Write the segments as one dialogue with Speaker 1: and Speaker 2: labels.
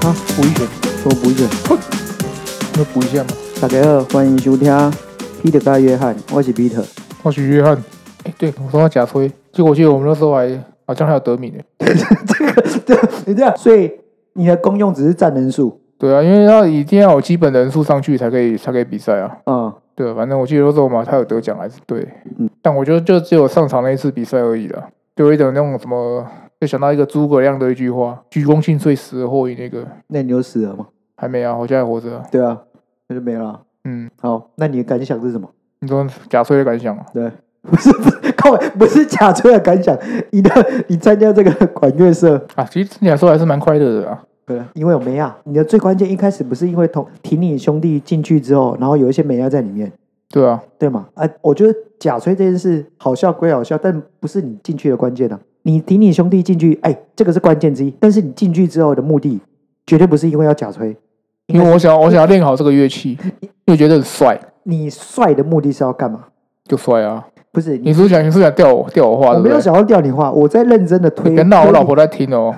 Speaker 1: 啊说不见，
Speaker 2: 那不一下嘛。
Speaker 1: 大家好，欢迎收听《彼得加约翰》，我是彼得。
Speaker 2: 我许约翰，哎，对我说他假吹，结果我记得我们那时候还好像还有得名呢。
Speaker 1: 你这啊样，所以你的功用只是占人数
Speaker 2: 对啊，因为要一定要有基本人数上去才可以才可以比赛啊。
Speaker 1: 啊、嗯
Speaker 2: 对啊，反正我记得那时候嘛，他有得奖还是对，
Speaker 1: 嗯
Speaker 2: 但我觉得就只有上场那一次比赛而已啦。就有一种那种什么，就想到一个诸葛亮的一句话：“鞠躬尽瘁，死而后已。”那个
Speaker 1: 啊那你就死了嘛？
Speaker 2: 还没啊，我现在还活着啊。
Speaker 1: 对啊，那就没了啊。
Speaker 2: 嗯，
Speaker 1: 好，那你的感想是什么？
Speaker 2: 你说假吹的感想啊？
Speaker 1: 对，不是不是，靠北，不是假吹的感想。你的你参加这个管乐社，
Speaker 2: 啊，其实你来说还是蛮快乐的啊。
Speaker 1: 对，因为有梅亚，你的最关键一开始不是因为同挺你兄弟进去之后，然后有一些梅亚在里面，
Speaker 2: 对啊，
Speaker 1: 对吗？啊，我觉得假吹这件事好笑归好笑，但不是你进去的关键啊。你挺你兄弟进去，哎，这个是关键之一。但是你进去之后的目的，绝对不是因为要假吹，
Speaker 2: 因为我想我想要练好这个乐器，因为觉得很帅，
Speaker 1: 你帅的目的是要干嘛？
Speaker 2: 就帅啊。
Speaker 1: 不是你，
Speaker 2: 你是不是想你是不是想吊我吊我话？
Speaker 1: 我
Speaker 2: 对不
Speaker 1: 没有
Speaker 2: 对？
Speaker 1: 想要吊你话，我在认真的推。
Speaker 2: 别闹，我老婆在听哦。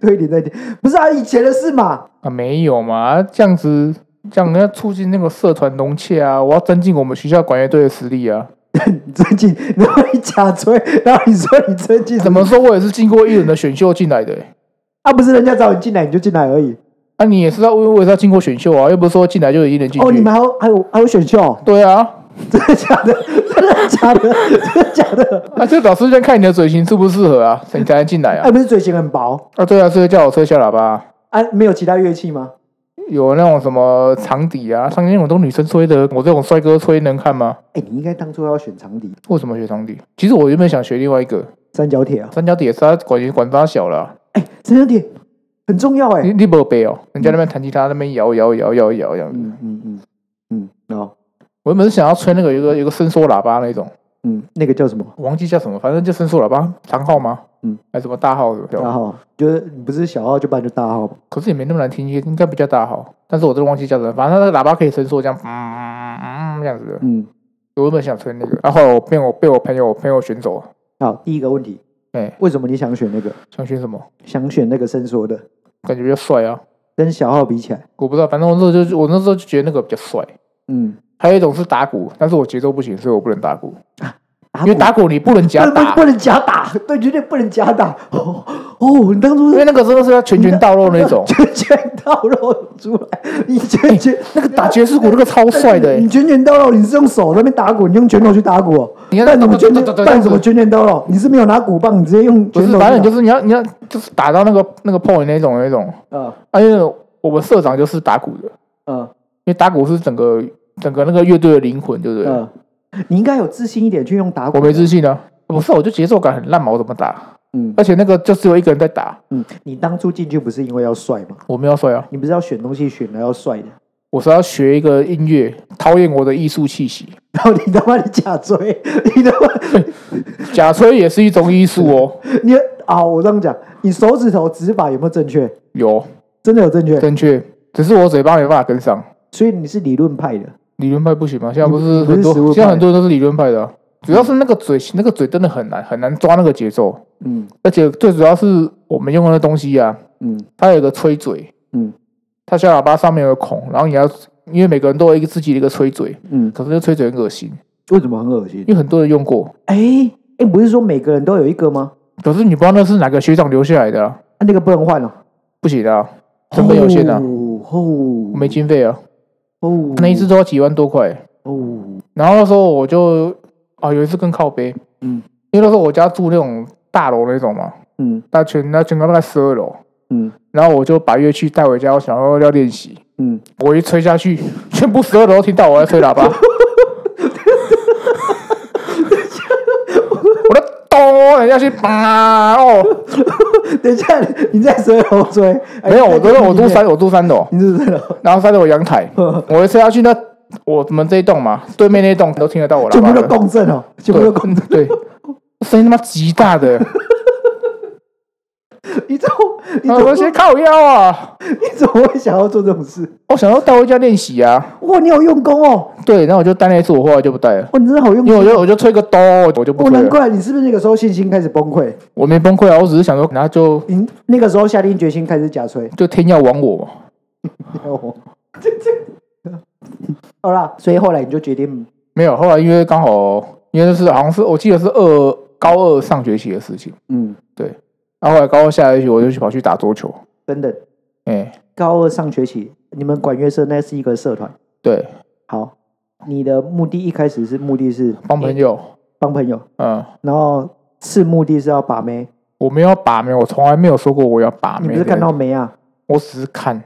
Speaker 1: 推你推你，不是啊，以前的事嘛。
Speaker 2: 啊，没有嘛，这样子这样要促进那个社团融洽啊，我要增进我们学校管乐队的实力啊。
Speaker 1: 你最近， 然后你假吹，然后你说你最近
Speaker 2: 怎么说，我也是经过艺人的选秀进来的欸、
Speaker 1: 啊？不是人家找你进来你就进来而已。
Speaker 2: 那、你也是要我也是要经过选秀啊，又不是说进来就一定能进去。
Speaker 1: 哦，你们还有还有还有选秀哦、
Speaker 2: 对啊，
Speaker 1: 真的假的？真的假的？真的假 的？
Speaker 2: 那、啊这老师先看你的嘴型适不适合啊，你才能进来
Speaker 1: 哎、
Speaker 2: 啊。
Speaker 1: 不是嘴型很薄
Speaker 2: 啊，对啊，所以叫我吹下喇叭啊、
Speaker 1: 啊？没有其他乐器吗？
Speaker 2: 有那种什么长笛啊，像那种都女生吹的，我这种帅哥吹能看吗？
Speaker 1: 哎、你应该当初要选长笛
Speaker 2: 为什么学长笛？其实我原本想学另外一个
Speaker 1: 三角铁啊！
Speaker 2: 三角笛，它管管它小了啊、
Speaker 1: 哎、三角铁很重要哎、
Speaker 2: 你你没背哦，人家那边弹吉他那边摇摇摇摇摇这样子。
Speaker 1: 嗯嗯嗯嗯，哦，
Speaker 2: 我原本是想要吹那个有一个有一个伸缩喇叭那种，
Speaker 1: 嗯，那个叫什么？
Speaker 2: 我忘记叫什么，反正就伸缩喇叭，长号吗？
Speaker 1: 嗯，
Speaker 2: 还是什么大号的？
Speaker 1: 大号，啊就是你不是小号就办就大号吗？
Speaker 2: 可是也没那么难听，应该不叫大号，但是我真的忘记叫什么。反正它的喇叭可以伸缩，这样，嗯嗯这样子的。
Speaker 1: 嗯，
Speaker 2: 我原本想吹那个，啊然后后来我被我被我朋友朋友选走了。
Speaker 1: 好，第一个问题，
Speaker 2: 哎，
Speaker 1: 为什么你想选那个？
Speaker 2: 想选什么？
Speaker 1: 想选那个伸缩的，
Speaker 2: 感觉比较帅啊！
Speaker 1: 跟小号比起来，
Speaker 2: 我不知道，反正我那时候就我那时候就觉得那个比较帅。
Speaker 1: 嗯，
Speaker 2: 还有一种是打鼓，但是我节奏不行，所以我不能打鼓，
Speaker 1: 打
Speaker 2: 因为打鼓你不能
Speaker 1: 啊不
Speaker 2: 夹
Speaker 1: 能
Speaker 2: 打
Speaker 1: 不，能假打，对，绝对不能假打。哦哦，你当初
Speaker 2: 因
Speaker 1: 是。
Speaker 2: 为那个真的是要拳拳到肉那种
Speaker 1: 拳拳到肉出来，你拳拳、那个
Speaker 2: 打爵士鼓那个超帅的、欸
Speaker 1: 哎你，拳拳到肉，你是用手在那边打鼓，你用拳头去打鼓哦，
Speaker 2: 你看
Speaker 1: 办什么拳
Speaker 2: 对对
Speaker 1: 拳
Speaker 2: 对对
Speaker 1: 办什么拳拳到肉？你是没有拿鼓棒，你直接用
Speaker 2: 不
Speaker 1: 拳
Speaker 2: 是，
Speaker 1: 头去打。
Speaker 2: 反正就是你要你要就是打到那个那个 point 那种那种。
Speaker 1: 啊
Speaker 2: 啊，因为我们社长就是打鼓的，因
Speaker 1: 啊
Speaker 2: 为打鼓是整个整个那个乐队的灵魂，对不对？
Speaker 1: 啊！你应该有自信一点去用打鼓。
Speaker 2: 我没自信啊，不是，我就节奏感很烂嘛，我怎么打？
Speaker 1: 嗯
Speaker 2: 而且那个就只有一个人在打，
Speaker 1: 嗯，你当初进去不是因为要帅吗？
Speaker 2: 我没有帅啊，
Speaker 1: 你不是要选东西选的要帅的，
Speaker 2: 我是要学一个音乐，陶冶我的艺术气息。
Speaker 1: 然后你他妈你假追， 你他妈
Speaker 2: 假吹也是一种艺术哦，
Speaker 1: 你啊！我这样讲，你手指头指法有没有正确？
Speaker 2: 有
Speaker 1: 真的有正确，
Speaker 2: 正确，只是我嘴巴没办法跟上。
Speaker 1: 所以你是理论派的。
Speaker 2: 理论派不行吗？现在不
Speaker 1: 你
Speaker 2: 是
Speaker 1: 你不是
Speaker 2: 很多
Speaker 1: 实物，派
Speaker 2: 现在很多人都是理论派的啊、主要是那个嘴，那个嘴真的很难很难抓那个节奏，
Speaker 1: 嗯
Speaker 2: 而且最主要是我们用的那东西啊，
Speaker 1: 嗯
Speaker 2: 它有一个吹嘴，
Speaker 1: 嗯
Speaker 2: 它小喇叭上面有个孔，然后你要，因为每个人都有一个自己的一个吹嘴，
Speaker 1: 嗯，
Speaker 2: 可是那个吹嘴很恶心，
Speaker 1: 为什么很恶心
Speaker 2: 因？为很多人用过，
Speaker 1: 哎哎，不是说每个人都有一个吗？
Speaker 2: 可是你不知道那是哪个学长留下来的、啊，
Speaker 1: 啊、那个不能换哦，
Speaker 2: 不行啊，成本有限啊，
Speaker 1: 哦
Speaker 2: 我
Speaker 1: 哦
Speaker 2: 没经费啊，
Speaker 1: 哦，
Speaker 2: 那一次都要几万多块，
Speaker 1: 哦，
Speaker 2: 然后那时候我就啊有一次更靠背，
Speaker 1: 嗯
Speaker 2: 因为那时候我家住那种大楼那种嘛，
Speaker 1: 嗯
Speaker 2: 大全那全高大概十二楼。
Speaker 1: 嗯
Speaker 2: 然后我就把乐器带回家，我想要要练习。
Speaker 1: 嗯，
Speaker 2: 我一吹下去，全部十二楼听到我在吹喇叭，我在咚，人家去叭哦，
Speaker 1: 等一下，你在十二楼追？哎
Speaker 2: 没有，我
Speaker 1: 你在
Speaker 2: 都
Speaker 1: 这个
Speaker 2: 我
Speaker 1: 里面
Speaker 2: 住三，我住三楼，
Speaker 1: 你是三楼，
Speaker 2: 然后三楼有阳台， 我一吹下去，那我们这一栋嘛，对面那一栋都听得到我喇
Speaker 1: 全
Speaker 2: 叭
Speaker 1: 部都
Speaker 2: 的，
Speaker 1: 共振哦，全部都共 振。
Speaker 2: 对，声音他妈极大的，
Speaker 1: 你怎么你怎
Speaker 2: 然后
Speaker 1: 么
Speaker 2: 我先靠腰啊，
Speaker 1: 你怎么会想要做这种事？
Speaker 2: 我想要带回家练习啊，
Speaker 1: 哇，你好用功哦！
Speaker 2: 对，然后我就带那一次，我后来就不带了。
Speaker 1: 哇，你真的好用
Speaker 2: 因为
Speaker 1: 功
Speaker 2: 我。就我就吹个哆，我就不
Speaker 1: 哦，
Speaker 2: 吹
Speaker 1: 难
Speaker 2: 了。
Speaker 1: 怪你是不是那个时候信心开始崩溃？
Speaker 2: 我没崩溃啊，我只是想说，然后就
Speaker 1: 你那个时候下定决心开始假吹。
Speaker 2: 就天要亡我嘛，
Speaker 1: 哦， 这这，好啦，所以后来你就决定
Speaker 2: 没有，后来因为刚好，因为就是好像是我记得是二高二上学期的事情，
Speaker 1: 嗯，
Speaker 2: 然后后来高二下学期我就去跑去打桌球，
Speaker 1: 真的
Speaker 2: 哎、
Speaker 1: 高二上学期，你们管乐社那是一个社团。
Speaker 2: 对，
Speaker 1: 好，你的目的一开始是目的是
Speaker 2: 帮朋友，
Speaker 1: 帮朋友，
Speaker 2: 嗯，
Speaker 1: 然后次目的是要把妹。
Speaker 2: 我没有把妹，我从来没有说过我要把
Speaker 1: 你
Speaker 2: 妹
Speaker 1: 不
Speaker 2: 的，
Speaker 1: 是看到没啊？
Speaker 2: 我只是看，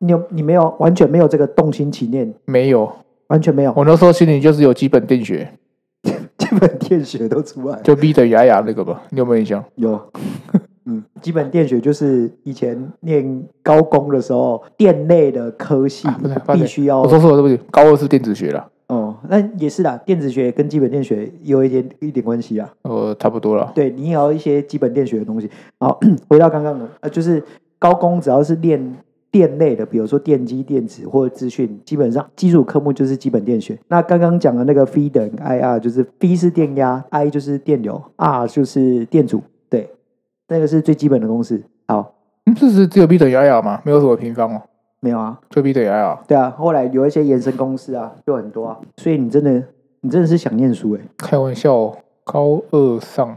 Speaker 1: 你有你没有完全没有这个动心起念，
Speaker 2: 没有，
Speaker 1: 完全没有，
Speaker 2: 我那时候心里就是有基本电学，
Speaker 1: 基本电学都出来了。
Speaker 2: 就 V 等于 I R 那个吧，你有没有印象？
Speaker 1: 有， 嗯，基本电学就是以前念高工的时候，电类的科系
Speaker 2: 啊不是抱歉
Speaker 1: 必须要
Speaker 2: 我说错了，对不起，高二是电子学了，
Speaker 1: 哦，那也是啦，电子学跟基本电学也有一点一点关系啊。
Speaker 2: 呃，差不多了，
Speaker 1: 对你也要一些基本电学的东西。好， 回到刚刚的，呃，就是高工只要是练电类的，比如说电机、电子或者资讯，基本上基础科目就是基本电学。那刚刚讲的那个 V 等 IR 就是 V E 是电压，I 就是电流，R 就是电阻，对，那个是最基本的公式。好，
Speaker 2: 嗯，是是只有 V 等于 I R 吗？没有什么平方哦，
Speaker 1: 没有啊，
Speaker 2: 就 V 等于 I R，
Speaker 1: 对啊，后来有一些延伸公式啊，就很多啊，所以你真的你真的是想念书诶、
Speaker 2: 开玩笑哦，高二上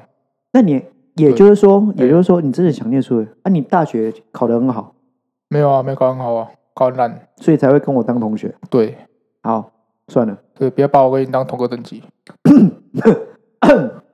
Speaker 1: 那你。也就是说，
Speaker 2: 对
Speaker 1: 也就是说，你真的想念书诶、啊，你大学考得很好，
Speaker 2: 没有啊，没有考很好啊，考很烂，
Speaker 1: 所以才会跟我当同学。
Speaker 2: 对
Speaker 1: 好，算了。
Speaker 2: 对，不要把我跟你当同个等级，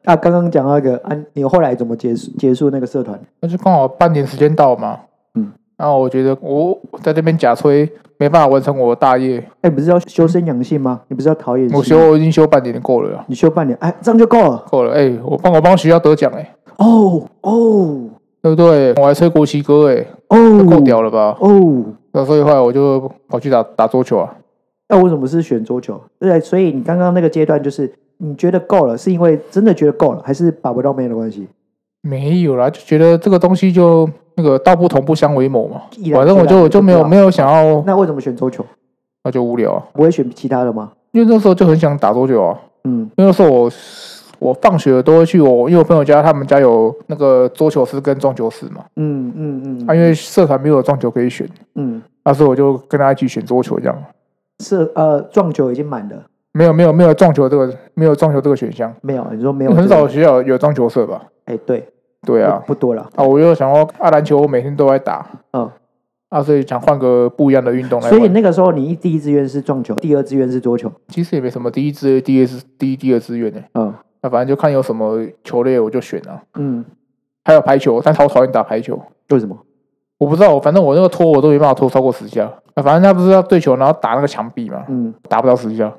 Speaker 1: 啊，刚刚讲到一个啊，你后来怎么结束结束那个社团？
Speaker 2: 那就刚好半年时间到嘛，
Speaker 1: 嗯，
Speaker 2: 然后我觉得我在这边假吹没办法完成我的大业，
Speaker 1: 哎，你不是要修身养性吗？你不是要陶冶性吗？
Speaker 2: 我修我已经修半年够了啊，
Speaker 1: 你修半年，哎，这样就够了。
Speaker 2: 够了，哎、我帮我帮学校得奖哎、
Speaker 1: 哦哦
Speaker 2: 对不对？我还吹国旗歌哎、
Speaker 1: 哦，
Speaker 2: 够屌了吧？
Speaker 1: 哦。
Speaker 2: 那所以后来我就跑去打打桌球啊，
Speaker 1: 那为什么是选桌球？对，所以你刚刚那个阶段就是你觉得够了，是因为真的觉得够了，还是把不到妹的关系？
Speaker 2: 没有啦，就觉得这个东西就那个道不同不相为谋嘛，
Speaker 1: 毅然
Speaker 2: 反正我
Speaker 1: 决
Speaker 2: 就
Speaker 1: 然
Speaker 2: 我就没
Speaker 1: 不
Speaker 2: 有
Speaker 1: 要
Speaker 2: 没有想要，
Speaker 1: 那为什么选桌球？
Speaker 2: 那就无聊、啊，
Speaker 1: 不会选其他的吗？
Speaker 2: 因为那时候就很想打桌球啊，
Speaker 1: 嗯，
Speaker 2: 因为那时候我我放学都会去我因为我朋友家他们家有那个桌球室跟撞球室嘛，
Speaker 1: 嗯嗯
Speaker 2: 啊，
Speaker 1: 嗯
Speaker 2: 因为社团没有撞球可以选，
Speaker 1: 嗯，
Speaker 2: 啊，所以我就跟他一起选桌球这样，
Speaker 1: 是呃，撞球已经满了，
Speaker 2: 没有没有没有撞球这个没有撞球这个选项，
Speaker 1: 没有，你说没有
Speaker 2: 很
Speaker 1: 这个
Speaker 2: 少学校有撞球社吧？
Speaker 1: 哎，对，
Speaker 2: 对啊，
Speaker 1: 不不多了，
Speaker 2: 啊，我又想要啊篮球，我每天都在打，
Speaker 1: 嗯。
Speaker 2: 啊，所以想换个不一样的运动来
Speaker 1: 所以
Speaker 2: 玩。
Speaker 1: 那个时候你第一志愿是撞球，第二志愿是桌球。
Speaker 2: 其实也没什么第一志、第一志、第一、第二志愿呢。
Speaker 1: 嗯
Speaker 2: 那啊反正就看有什么球类我就选啊。
Speaker 1: 嗯，
Speaker 2: 还有排球，但超讨厌打排球。
Speaker 1: 为什么？
Speaker 2: 我不知道，反正我那个拖我都没办法拖超过十下。啊，反正他不是要对球，然后打那个墙壁嘛，
Speaker 1: 嗯，
Speaker 2: 打不到十下。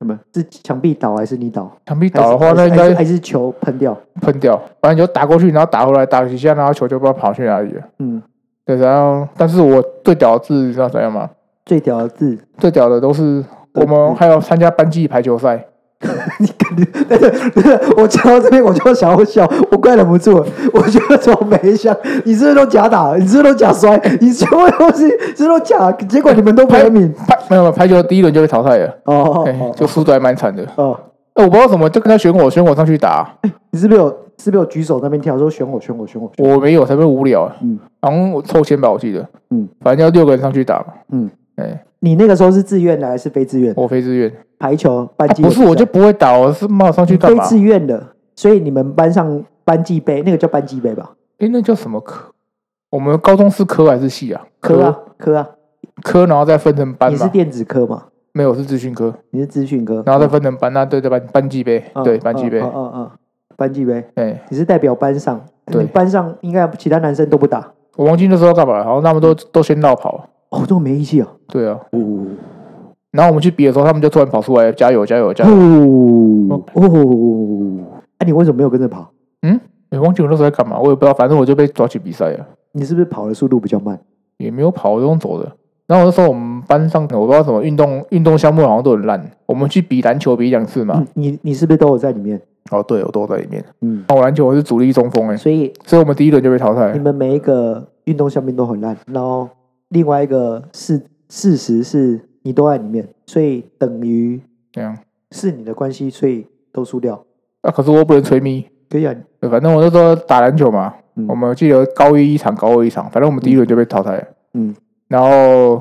Speaker 1: 什么？是墙壁倒还是你倒？
Speaker 2: 墙壁
Speaker 1: 还是
Speaker 2: 倒的话，那应
Speaker 1: 还是
Speaker 2: 该
Speaker 1: 还是球喷掉。
Speaker 2: 喷掉。反正你就打过去，然后打回来，打几下，然后球就不知道跑去哪里了。
Speaker 1: 嗯，
Speaker 2: 对，然后但是我最屌的是你知道怎样吗？
Speaker 1: 最屌的字，
Speaker 2: 最屌的都是我们还有参加班级排球赛，
Speaker 1: 你肯定。但是不是我讲到这边我就想要笑，我快忍不住了。我觉得怎么没想？你是不是都假打？你是不是都假摔？你全部都是是不是都假？结果你们都排名。
Speaker 2: 排没有没有排球第一轮就被淘汰了，
Speaker 1: 哦哦
Speaker 2: 哎、
Speaker 1: 哦
Speaker 2: 就输的还蛮惨的。
Speaker 1: 哦哦，
Speaker 2: 哎、我不知道怎么就跟他选我，选我上去打，
Speaker 1: 你是不是有是不是有举手在那边跳说选我选我选我？选
Speaker 2: 我没有，才会无聊。
Speaker 1: 嗯
Speaker 2: 好像我抽签吧，我记得，
Speaker 1: 嗯，
Speaker 2: 反正要六个人上去打嘛。
Speaker 1: 嗯，
Speaker 2: 哎、
Speaker 1: 你那个时候是自愿的还是非自愿的？
Speaker 2: 我非自愿，
Speaker 1: 排球班
Speaker 2: 啊
Speaker 1: 级、
Speaker 2: 不是我就不会打，我是冒上去干
Speaker 1: 非
Speaker 2: 嘛？
Speaker 1: 自愿的，所以你们班上班级杯那个叫班级杯吧？
Speaker 2: 哎、那叫什么科？我们高中是科还是系啊？
Speaker 1: 科啊科啊，
Speaker 2: 科，然后再分成班
Speaker 1: 你是
Speaker 2: 嘛？
Speaker 1: 电子科嘛？
Speaker 2: 没有，是资讯科，
Speaker 1: 你是资讯科，
Speaker 2: 然后再分成班，那对对班班级杯，
Speaker 1: 嗯
Speaker 2: 对班级杯，
Speaker 1: 嗯嗯嗯嗯，班级杯，
Speaker 2: 哎、
Speaker 1: 你是代表班上，
Speaker 2: 对
Speaker 1: 你班上应该其他男生都不打，
Speaker 2: 我忘记那时候干嘛了，然后他们都
Speaker 1: 嗯
Speaker 2: 都先绕跑，
Speaker 1: 哦，这么没义气啊！
Speaker 2: 对啊，
Speaker 1: 哦
Speaker 2: 然后我们去比的时候，他们就突然跑出来，加油加油加
Speaker 1: 嗯
Speaker 2: 油！
Speaker 1: 哦哦，哎，你为什么没有跟着跑？
Speaker 2: 哎、忘记我那时候在干嘛，我也不知道，反正我就被抓去比赛了，
Speaker 1: 你是不是跑的速度比较慢？
Speaker 2: 也没有跑，我就用走的。然后那时候我们班上我不知道什么运动运动项目好像都很烂，我们去比篮球比两次嘛。
Speaker 1: 嗯你你是不是都有在里面？
Speaker 2: 哦，对，我都在里面。
Speaker 1: 嗯，
Speaker 2: 那我篮球我是主力中锋哎、
Speaker 1: 所以
Speaker 2: 所以我们第一轮就被淘汰
Speaker 1: 你。们每一个运动项目都很烂，然后另外一个事事实是你都在里面，所以等于
Speaker 2: 这样
Speaker 1: 是你的关系，所以都输掉。
Speaker 2: 啊，可是我不能吹咪，
Speaker 1: 可以啊，
Speaker 2: 对反正我那时候打篮球嘛，
Speaker 1: 嗯
Speaker 2: 我们记得高一一场，高二一场，反正我们第一轮就被淘汰了。
Speaker 1: 嗯，
Speaker 2: 然后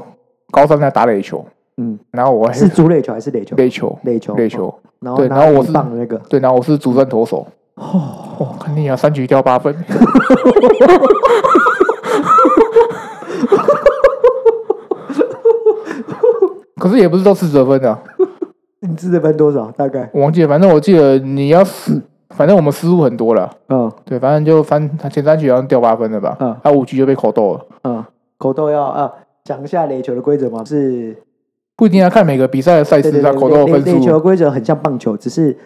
Speaker 2: 高三在打垒球，
Speaker 1: 嗯，
Speaker 2: 然后我还
Speaker 1: 是哦足垒球还是垒球？
Speaker 2: 垒球，
Speaker 1: 垒球，
Speaker 2: 垒球，
Speaker 1: 然后
Speaker 2: 对
Speaker 1: 拿
Speaker 2: 然后我
Speaker 1: 很
Speaker 2: 是
Speaker 1: 棒的那个，
Speaker 2: 对，然后我是主战投手。哦，肯定啊，三局掉八分， 可是也不是都四十分的啊、
Speaker 1: 你自得分多少？大概，
Speaker 2: 我忘记了，反正我记得你要失，反正我们失误很多了，
Speaker 1: 嗯
Speaker 2: 对，反正就翻前三局好像掉八分了吧，
Speaker 1: 嗯
Speaker 2: 啊，五局就被口斗了，
Speaker 1: 嗯，口斗要啊，讲一下垒球的规则嘛，是
Speaker 2: 不一定要啊看每个比赛的赛
Speaker 1: 对
Speaker 2: 事
Speaker 1: 对
Speaker 2: 啊，
Speaker 1: 对，
Speaker 2: 口斗
Speaker 1: 垒
Speaker 2: 分
Speaker 1: 垒球的
Speaker 2: 数，
Speaker 1: 规则很像棒球，只是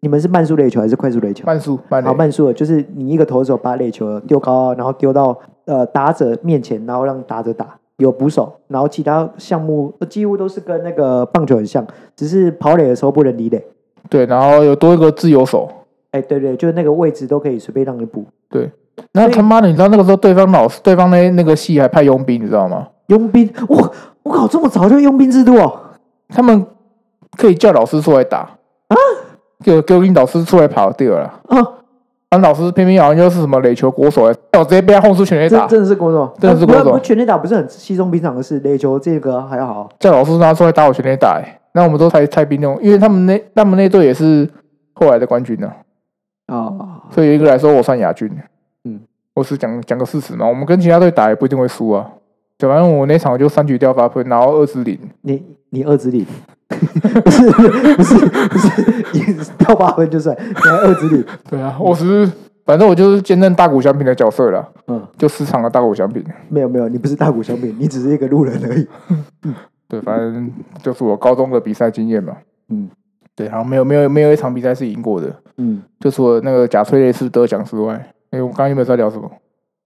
Speaker 1: 你们是慢速垒球还是快速垒球？
Speaker 2: 慢速慢
Speaker 1: 好，
Speaker 2: 垒，
Speaker 1: 慢速的，就是你一个投手把垒球丢高，然后丢到呃打者面前，然后让打者打。有捕手，然后其他项目呃几乎都是跟那个棒球很像，只是跑垒的时候不能离垒。
Speaker 2: 对，然后有多一个自由手，
Speaker 1: 哎，对对，就是那个位置都可以随便让你补。
Speaker 2: 对，然后他妈的，你知道那个时候对方老师，对方那那个系还派佣兵，你知道吗？
Speaker 1: 佣兵，哇，我靠，这么早就佣兵制度哦！
Speaker 2: 他们可以叫老师出来打啊，给给我老师出来跑掉了。
Speaker 1: 啊，
Speaker 2: 然后老师偏偏好像又是什么垒球国手，哎我直接被他轰出全垒
Speaker 1: 这
Speaker 2: 打，
Speaker 1: 真的是国手，啊
Speaker 2: 真的是
Speaker 1: 不要
Speaker 2: 国手
Speaker 1: 不全垒打不是很稀松平常的事，垒球这个还好。
Speaker 2: 叫老师拿出来打我全垒打、哎那我们都太太兵那种，因为他们那他们那队也是后来的冠军呢、
Speaker 1: 啊，
Speaker 2: 所以一个来说我算亚军。
Speaker 1: 嗯，
Speaker 2: 我是讲讲个事实嘛，我们跟其他队打也不一定会输啊。对反正我那场就三局掉八分，然后二十零，
Speaker 1: 你你二指里 不是不是不是，你掉八分就算，你还二指里，
Speaker 2: 对啊，我只是反正我就是兼任大谷翔平的角色了，
Speaker 1: 嗯，
Speaker 2: 就市场的大谷翔平。
Speaker 1: 没有没有，你不是大谷翔平，你只是一个路人而已。
Speaker 2: 对，反正就是我高中的比赛经验嘛。
Speaker 1: 嗯，
Speaker 2: 对，然后没有没有没有一场比赛是赢过的，
Speaker 1: 嗯，
Speaker 2: 就除了那个贾崔雷斯得奖之外。哎、我刚刚有没有在聊什么？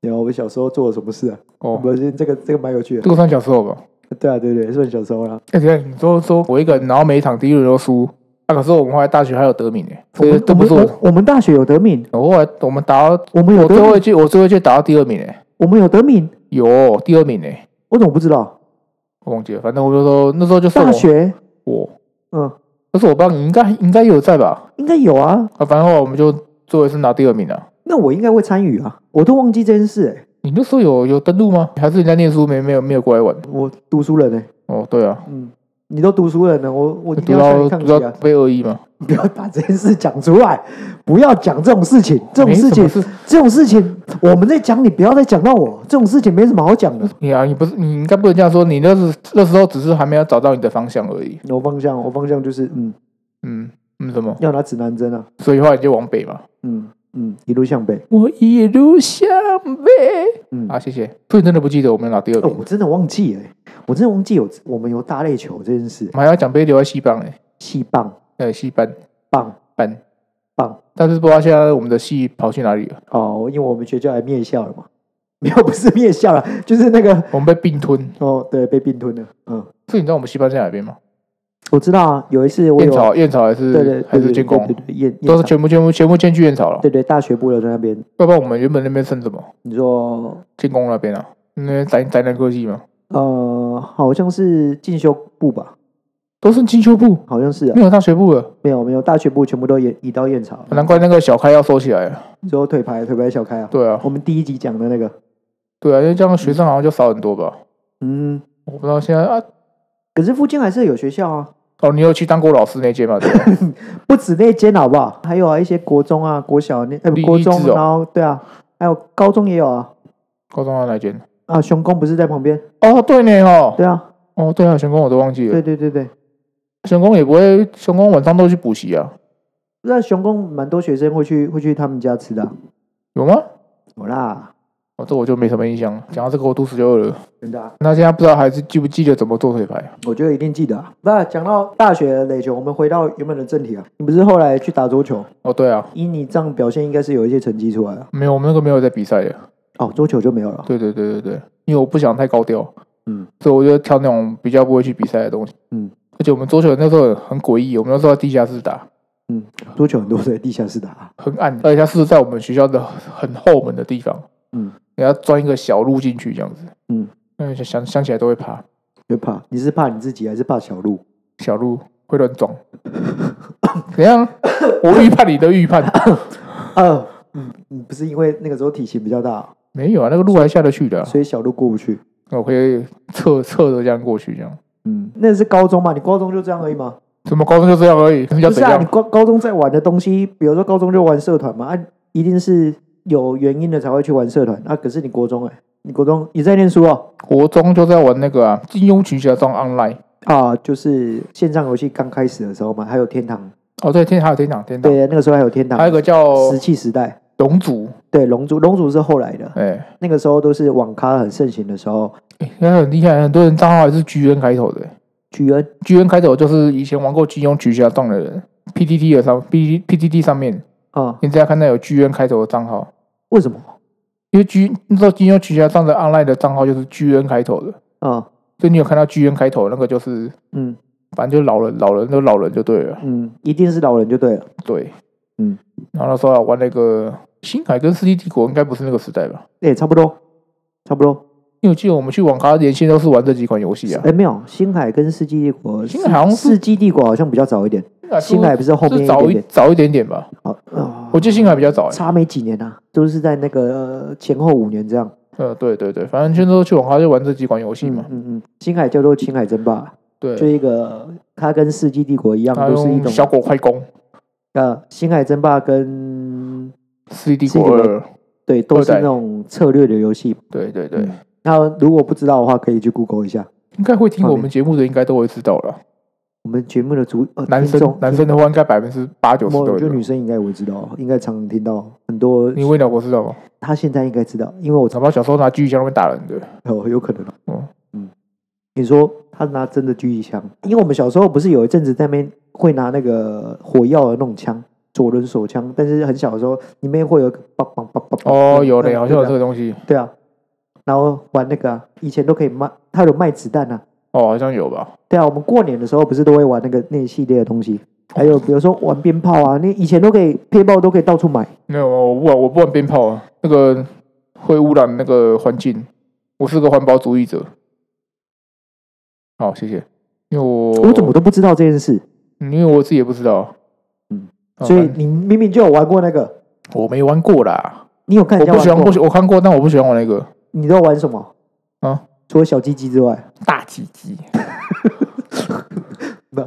Speaker 1: 然后我们小时候做了什么事啊？我
Speaker 2: 哦，
Speaker 1: 们是这个这个蛮有趣
Speaker 2: 这
Speaker 1: 的。
Speaker 2: 个算小时候吧。
Speaker 1: 对啊，对对，算小时候啦。
Speaker 2: 哎、等一下你说说我一个人，然后每一场第一轮都输，啊，可是我们后来大学还有得名哎，
Speaker 1: 我
Speaker 2: 所以
Speaker 1: 们
Speaker 2: 这
Speaker 1: 我
Speaker 2: 不
Speaker 1: 们
Speaker 2: 是我
Speaker 1: 我我们大学有得名，
Speaker 2: 我后来我们打到
Speaker 1: 我们有
Speaker 2: 我
Speaker 1: 得
Speaker 2: 最后
Speaker 1: 名，
Speaker 2: 一届，我最后一届打到第二名哎，
Speaker 1: 我们有得名，
Speaker 2: 有第二名哎，
Speaker 1: 我怎么不知道？
Speaker 2: 我忘记了，反正我就说那时候就是
Speaker 1: 大
Speaker 2: 我
Speaker 1: 学，
Speaker 2: 我，
Speaker 1: 嗯，
Speaker 2: 但是我不知道你应该应该有在吧？
Speaker 1: 应该有啊。
Speaker 2: 啊，反正后来我们就最后一次拿第二名了、
Speaker 1: 那我应该会参与啊，我都忘记这件事、欸。
Speaker 2: 你那时候有有登录吗？还是你在念书没没有没有过来玩？
Speaker 1: 我读书人呢、
Speaker 2: 哦，对啊，
Speaker 1: 嗯，你都读书人了，我我一定
Speaker 2: 读
Speaker 1: 要向
Speaker 2: 到
Speaker 1: 你抗
Speaker 2: 读
Speaker 1: 击
Speaker 2: 到
Speaker 1: 啊！
Speaker 2: 被恶意嘛，
Speaker 1: 你不要把这件事讲出来，不要讲这种事情，这种
Speaker 2: 没
Speaker 1: 事
Speaker 2: 什么
Speaker 1: 情，
Speaker 2: 事
Speaker 1: 这种事情，我们在讲你，不要再讲到我，这种事情没什么好讲的。
Speaker 2: 你啊，你不是你应该不能这样说，你那时那时候只是还没有找到你的方向而已。
Speaker 1: 我方向，我方向就是嗯，
Speaker 2: 嗯嗯，什么？
Speaker 1: 要拿指南针啊，
Speaker 2: 所以后来你就往北嘛。
Speaker 1: 嗯嗯，一路向北。
Speaker 2: 我一路向北。
Speaker 1: 嗯
Speaker 2: 啊，谢谢。所以真的不记得我们拿第二
Speaker 1: 哦，
Speaker 2: 名，
Speaker 1: 我真的忘记哎、我真的忘记有我们有大类球这件事
Speaker 2: 我，们还要奖杯留在西班哎、
Speaker 1: 系棒
Speaker 2: 呃，西班
Speaker 1: 棒
Speaker 2: 班，
Speaker 1: 棒
Speaker 2: 但是不知道现在我们的系跑去哪里了，
Speaker 1: 哦，因为我们学校还灭校了嘛， 没有不是灭校了，就是那个
Speaker 2: 我们被并吞。
Speaker 1: 哦，对，被并吞了。嗯，
Speaker 2: 所以你知道我们西班在哪边吗？
Speaker 1: 我知道啊，有一次我
Speaker 2: 燕
Speaker 1: 有
Speaker 2: 巢，燕巢还是
Speaker 1: 对对
Speaker 2: 还
Speaker 1: 对
Speaker 2: 是
Speaker 1: 对对
Speaker 2: 建工
Speaker 1: 对，对燕
Speaker 2: 都
Speaker 1: 燕
Speaker 2: 是
Speaker 1: 巢
Speaker 2: 全部全部全部迁去燕巢了。
Speaker 1: 对对大学部留在那边。
Speaker 2: 要不然我们原本那边剩什么？
Speaker 1: 你说
Speaker 2: 建工那边啊，那边宅宅男科技嘛，
Speaker 1: 呃，好像是进修部吧？
Speaker 2: 都是进修部，
Speaker 1: 好像是啊，
Speaker 2: 没有大学部了。
Speaker 1: 没有没有，大学部全部都移移到燕巢，
Speaker 2: 难怪那个小开要收起来了。
Speaker 1: 之后腿牌腿牌小开啊，
Speaker 2: 对啊，
Speaker 1: 我们第一集讲的那个，
Speaker 2: 对啊，因为这样学生好像就少很多吧。
Speaker 1: 嗯，
Speaker 2: 我不知道现在啊，
Speaker 1: 可是附近还是有学校啊，
Speaker 2: 哦，你有去当过老师那届嘛？对 吧
Speaker 1: 不止那间好不好？还有啊一些国中啊、国小那呃
Speaker 2: 励
Speaker 1: 国中
Speaker 2: 励志，哦
Speaker 1: 然后对啊，还有高中也有啊。
Speaker 2: 高中啊那间？
Speaker 1: 啊，熊工不是在旁边？
Speaker 2: 哦，对呢哦，
Speaker 1: 对啊，
Speaker 2: 哦对啊，熊工我都忘记了
Speaker 1: 对。对对对，
Speaker 2: 熊工也不会，熊工晚上都去补习啊？
Speaker 1: 那熊工蛮多学生会去会去他们家吃的啊、
Speaker 2: 有吗？
Speaker 1: 有啦，
Speaker 2: 哦，这我就没什么印象了。讲到这个，我肚子就饿了。
Speaker 1: 真的、啊，
Speaker 2: 那现在不知道还是记不记得怎么做腿牌啊？
Speaker 1: 我觉得一定记得啊。那讲到大学的垒球，我们回到原本的正题啊。你不是后来去打桌球？
Speaker 2: 哦，对啊，
Speaker 1: 以你这样表现，应该是有一些成绩出来了。
Speaker 2: 没有，我们那个没有在比赛的。
Speaker 1: 哦，桌球就没有了。
Speaker 2: 对对对对对，因为我不想太高调，
Speaker 1: 嗯，
Speaker 2: 所以我就挑那种比较不会去比赛的东西，
Speaker 1: 嗯。
Speaker 2: 而且我们桌球那时候很诡异，我们那时候在地下室打，
Speaker 1: 嗯，桌球很多在地下室打啊、
Speaker 2: 很暗，而且它是在我们学校的很后门的地方，
Speaker 1: 嗯，
Speaker 2: 你要钻一个小路进去这样子，
Speaker 1: 嗯，
Speaker 2: 嗯，想想想起来都会怕，
Speaker 1: 会怕？你是怕你自己，还是怕小鹿？
Speaker 2: 小路会乱 撞，怎样？我预判你的预判 哦
Speaker 1: 呃，嗯，你不是因为那个时候体型比较大，
Speaker 2: 没有啊，那个路还下得去的啊、
Speaker 1: 所以小鹿过不去。
Speaker 2: 我可以侧侧着这样过去，这样
Speaker 1: 嗯，那是高中嘛？你高中就这样而已吗？
Speaker 2: 怎么高中就这样而已，要
Speaker 1: 不
Speaker 2: 怎
Speaker 1: 是啊，
Speaker 2: 样
Speaker 1: 你？高高中在玩的东西，比如说高中就玩社团嘛，啊，一定是有原因的才会去玩社团啊。可是你国中哎、你国中也在念书哦，
Speaker 2: 国中就在玩那个啊，金庸群侠传 online。
Speaker 1: 啊，就是线上游戏刚开始的时候嘛，还有天堂，
Speaker 2: 哦，对，天还有天堂，天堂，
Speaker 1: 对，那个时候还有天堂，
Speaker 2: 还有一个叫
Speaker 1: 石器时代，
Speaker 2: 龙族，
Speaker 1: 对，龙族，龙族是后来的，
Speaker 2: 哎，
Speaker 1: 那个时候都是网咖很盛行的时候，
Speaker 2: 哎现在很厉害，很多人账号还是 G N 开头的
Speaker 1: 举恩
Speaker 2: ，G N 开头就是以前玩过金庸群侠传的人，P T T 的上 P P T T 上面，
Speaker 1: 啊，
Speaker 2: 你只要看到有 G N 开头的账号，
Speaker 1: 为什么
Speaker 2: 因为 G 那时候金庸群侠传的 online 的账号就是 G N 开头的，
Speaker 1: 啊？
Speaker 2: 所以你有看到 G N 开头那个就是，
Speaker 1: 嗯
Speaker 2: 反正就是老人，老人就老人就对了，
Speaker 1: 嗯，一定是老人就对了，
Speaker 2: 对，
Speaker 1: 嗯，
Speaker 2: 然后那时候还玩那个星海跟世纪帝国，应该不是那个时代吧？
Speaker 1: 哎、差不多，差不多，
Speaker 2: 因为我记得我们去网咖连线都是玩这几款游戏啊
Speaker 1: 哎、，没有，星海跟世纪帝国，
Speaker 2: 星海好像是
Speaker 1: 世纪帝国好像比较早一点。
Speaker 2: 是
Speaker 1: 新
Speaker 2: 不
Speaker 1: 海不是后面
Speaker 2: 是
Speaker 1: 一
Speaker 2: 早
Speaker 1: 点
Speaker 2: 一
Speaker 1: 点，
Speaker 2: 早一点点吧？
Speaker 1: 哦哦
Speaker 2: 我记得星海比较早、欸，
Speaker 1: 差没几年啊，都是在那个、呃前后五年这样。
Speaker 2: 呃，对对对，反正就是说去网咖就玩这几款游戏
Speaker 1: 嗯
Speaker 2: 嘛，
Speaker 1: 嗯嗯，星海叫做星海争霸，就
Speaker 2: 对，
Speaker 1: 一个它跟世纪帝国一样，
Speaker 2: 他
Speaker 1: 都是一
Speaker 2: 用
Speaker 1: 种
Speaker 2: 小狗快攻、
Speaker 1: 呃星海争霸跟
Speaker 2: 世纪帝国
Speaker 1: 世纪
Speaker 2: 二，
Speaker 1: 对都
Speaker 2: 二
Speaker 1: 是
Speaker 2: 代
Speaker 1: 那种策略的游戏。
Speaker 2: 对对对，
Speaker 1: 嗯那如果不知道的话，可以去 Google 一下。
Speaker 2: 应该会听我们节目的应该都会知道了。
Speaker 1: 我们节目的主呃
Speaker 2: 男
Speaker 1: 听
Speaker 2: 生
Speaker 1: 众
Speaker 2: 男生的话，应该百分之八九十
Speaker 1: 我
Speaker 2: 都
Speaker 1: 我觉得
Speaker 2: 有
Speaker 1: 女。生应该也会知道，应该常常听到很多。
Speaker 2: 你为了我知道吗？
Speaker 1: 她现在应该知道，因为我
Speaker 2: 我他妈小时候拿狙击枪那边打人的，
Speaker 1: 有有可能啊
Speaker 2: 嗯
Speaker 1: 嗯，你说他拿真的狙击枪，因为我们小时候不是有一阵子在那边会拿那个火药的那种枪，左轮手枪，但是很小的时候里面会有个梆梆梆梆。
Speaker 2: 哦，
Speaker 1: 嗯
Speaker 2: 有嘞，好像有这
Speaker 1: 对啊
Speaker 2: 个东西，
Speaker 1: 对啊，然后玩那个、啊，以前都可以卖，他有卖子弹啊。
Speaker 2: 哦，好像有吧？
Speaker 1: 对啊，我们过年的时候不是都会玩那个那一系列的东西，
Speaker 2: 哦
Speaker 1: 还有比如说玩鞭炮啊，那以前都可以配炮都可以到处买。
Speaker 2: 没有，我不玩，我不玩鞭炮啊，那个会污染那个环境，我是个环保主义者。好，谢谢。因为我
Speaker 1: 我怎么都不知道这件事，
Speaker 2: 嗯因为我自己也不知道，
Speaker 1: 嗯
Speaker 2: 哦，
Speaker 1: 所以
Speaker 2: 反
Speaker 1: 你明明就有玩过那个，
Speaker 2: 我没玩过啦，
Speaker 1: 你有看
Speaker 2: 我
Speaker 1: 人家
Speaker 2: 不喜欢，
Speaker 1: 玩过？
Speaker 2: 不喜我看过，但我不喜欢玩那个
Speaker 1: 你都玩什么？
Speaker 2: 啊，
Speaker 1: 除了小鸡鸡之外，
Speaker 2: 大鸡鸡，
Speaker 1: 那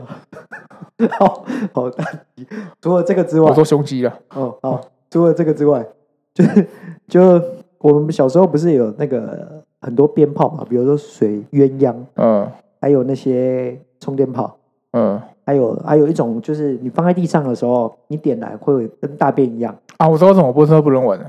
Speaker 1: 好好大题除了这个之
Speaker 2: 我
Speaker 1: 外，
Speaker 2: 说胸肌啊，
Speaker 1: 哦好，除了这个之外，就是就我们小时候不是有那个很多鞭炮嘛，比如说水鸳鸯，
Speaker 2: 嗯
Speaker 1: 还有那些充电炮，
Speaker 2: 嗯
Speaker 1: 还有还有一种就是你放在地上的时候，你点燃会有跟大便一样
Speaker 2: 啊，我知道为什么不知道不能玩了，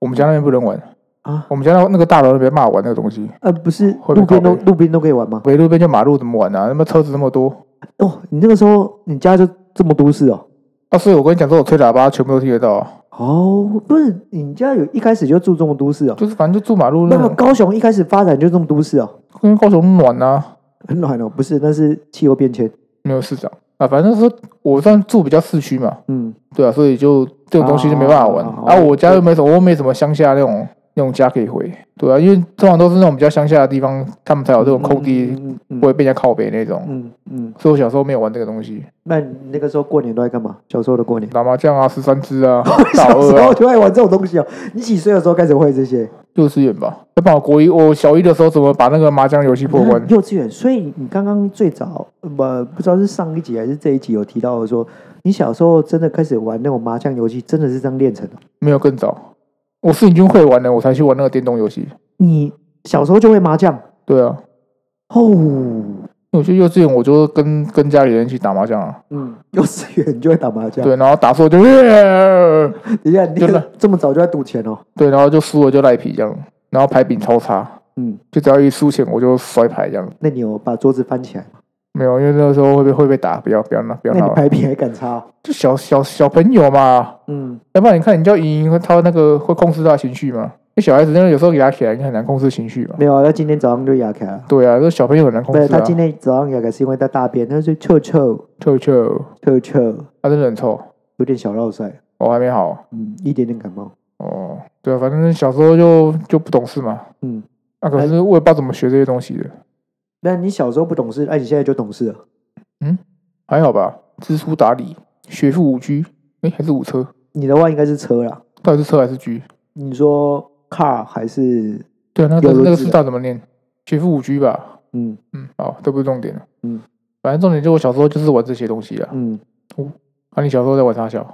Speaker 2: 我们家那边不能玩，
Speaker 1: 啊，
Speaker 2: 我们家那那个大楼那边骂我玩那个东西，
Speaker 1: 呃不是
Speaker 2: 会被
Speaker 1: 路边
Speaker 2: 拷
Speaker 1: 都
Speaker 2: 贝
Speaker 1: 路边都可以玩吗？
Speaker 2: 围路边就马路怎么玩啊？那么车子那么多，
Speaker 1: 哦，你那个时候你家就这么都市哦。
Speaker 2: 啊，所以我跟你讲，这种吹喇叭全部都听得到啊，
Speaker 1: 哦，不是，你家有一开始就住这么都市哦？
Speaker 2: 就是反正就住马路那
Speaker 1: 那么
Speaker 2: 种，
Speaker 1: 高雄一开始发展就这么都市哦，
Speaker 2: 跟高雄暖啊，
Speaker 1: 很暖哦，不是，那是气候变迁。
Speaker 2: 没有市场啊，反正说我算住比较市区嘛，
Speaker 1: 嗯，
Speaker 2: 对啊，所以就这种东西就没办法玩。
Speaker 1: 啊
Speaker 2: 啊，我家又没什么，我又没什么乡下那种那种家可以回，对啊，因为通常都是那种比较乡下的地方，他们才有这种空地，
Speaker 1: 嗯嗯
Speaker 2: 不会被人家靠北那种。
Speaker 1: 嗯嗯，
Speaker 2: 所以我小时候没有玩这个东西，
Speaker 1: 那你那个时候过年都在干嘛？小时候的过年，
Speaker 2: 打麻将啊，十三只 啊， 大
Speaker 1: 小时
Speaker 2: 二
Speaker 1: 候
Speaker 2: 啊，
Speaker 1: 就爱玩这种东西哦。你几岁的时候开始会这些？
Speaker 2: 幼稚园吧。要不然我国一，我小一的时候怎么把那个麻将游戏破 关
Speaker 1: 那？幼稚园，所以你刚刚最早不、呃不知道是上一集还是这一集有提到的说，你小时候真的开始玩那种麻将游戏，真的是这样练成的。
Speaker 2: 没有更早，我是已经会玩了，我才去玩那个电动游戏。
Speaker 1: 你小时候就会麻将
Speaker 2: 对啊，
Speaker 1: 哦，
Speaker 2: 因为我去幼稚园，我就跟跟家里人一起打麻将啊。
Speaker 1: 嗯， 幼稚园就会打麻将，
Speaker 2: 对，然后打错就，呃
Speaker 1: 等一下，你
Speaker 2: 真的
Speaker 1: 这么早就在赌钱哦？
Speaker 2: 对，然后就输了就赖皮这样，然后牌品超差。
Speaker 1: 嗯，
Speaker 2: 就只要一输钱我就摔牌这样。
Speaker 1: 那你有把桌子翻起来吗？
Speaker 2: 没有，因为那个时候会被会被打，不要不要闹不要
Speaker 1: 那你
Speaker 2: 闹，
Speaker 1: 牌品还敢插哦、
Speaker 2: 就小小小朋友嘛，
Speaker 1: 嗯，
Speaker 2: 要不然你看你叫莹莹，她那个会控制她的情绪嘛？因为小孩子那个有时候给他起来，你很难控制情绪嘛。
Speaker 1: 没有啊，他今天早上就牙开了。
Speaker 2: 对啊，这小朋友很难控
Speaker 1: 不哦是，
Speaker 2: 制
Speaker 1: 他
Speaker 2: 啊。
Speaker 1: 今天早上牙开是因为他大便，他说臭臭
Speaker 2: 臭臭，
Speaker 1: 臭臭，
Speaker 2: 他真的很臭，
Speaker 1: 有点小落塞，
Speaker 2: 我、还没好
Speaker 1: 嗯，一点点感冒，
Speaker 2: 哦。对啊，反正小时候就就不懂事嘛。
Speaker 1: 嗯。
Speaker 2: 那、可是我也不知道怎么学这些东西的，
Speaker 1: 那你小时候不懂事，哎、你现在就懂事了。
Speaker 2: 还好吧？知书达理，学富五车，哎，还是五车？
Speaker 1: 你的话应该是车啦，
Speaker 2: 到底是车还是车？
Speaker 1: 你说 car 还是
Speaker 2: 对啊，那
Speaker 1: 有
Speaker 2: 个
Speaker 1: 轮
Speaker 2: 那个
Speaker 1: 子
Speaker 2: 字
Speaker 1: 的
Speaker 2: 到底怎么念？学富五车吧。
Speaker 1: 嗯
Speaker 2: 嗯，好，这不是重点了。
Speaker 1: 嗯，
Speaker 2: 反正重点就是我小时候就是玩这些东西啊。
Speaker 1: 嗯，
Speaker 2: 啊，你小时候在玩啥小？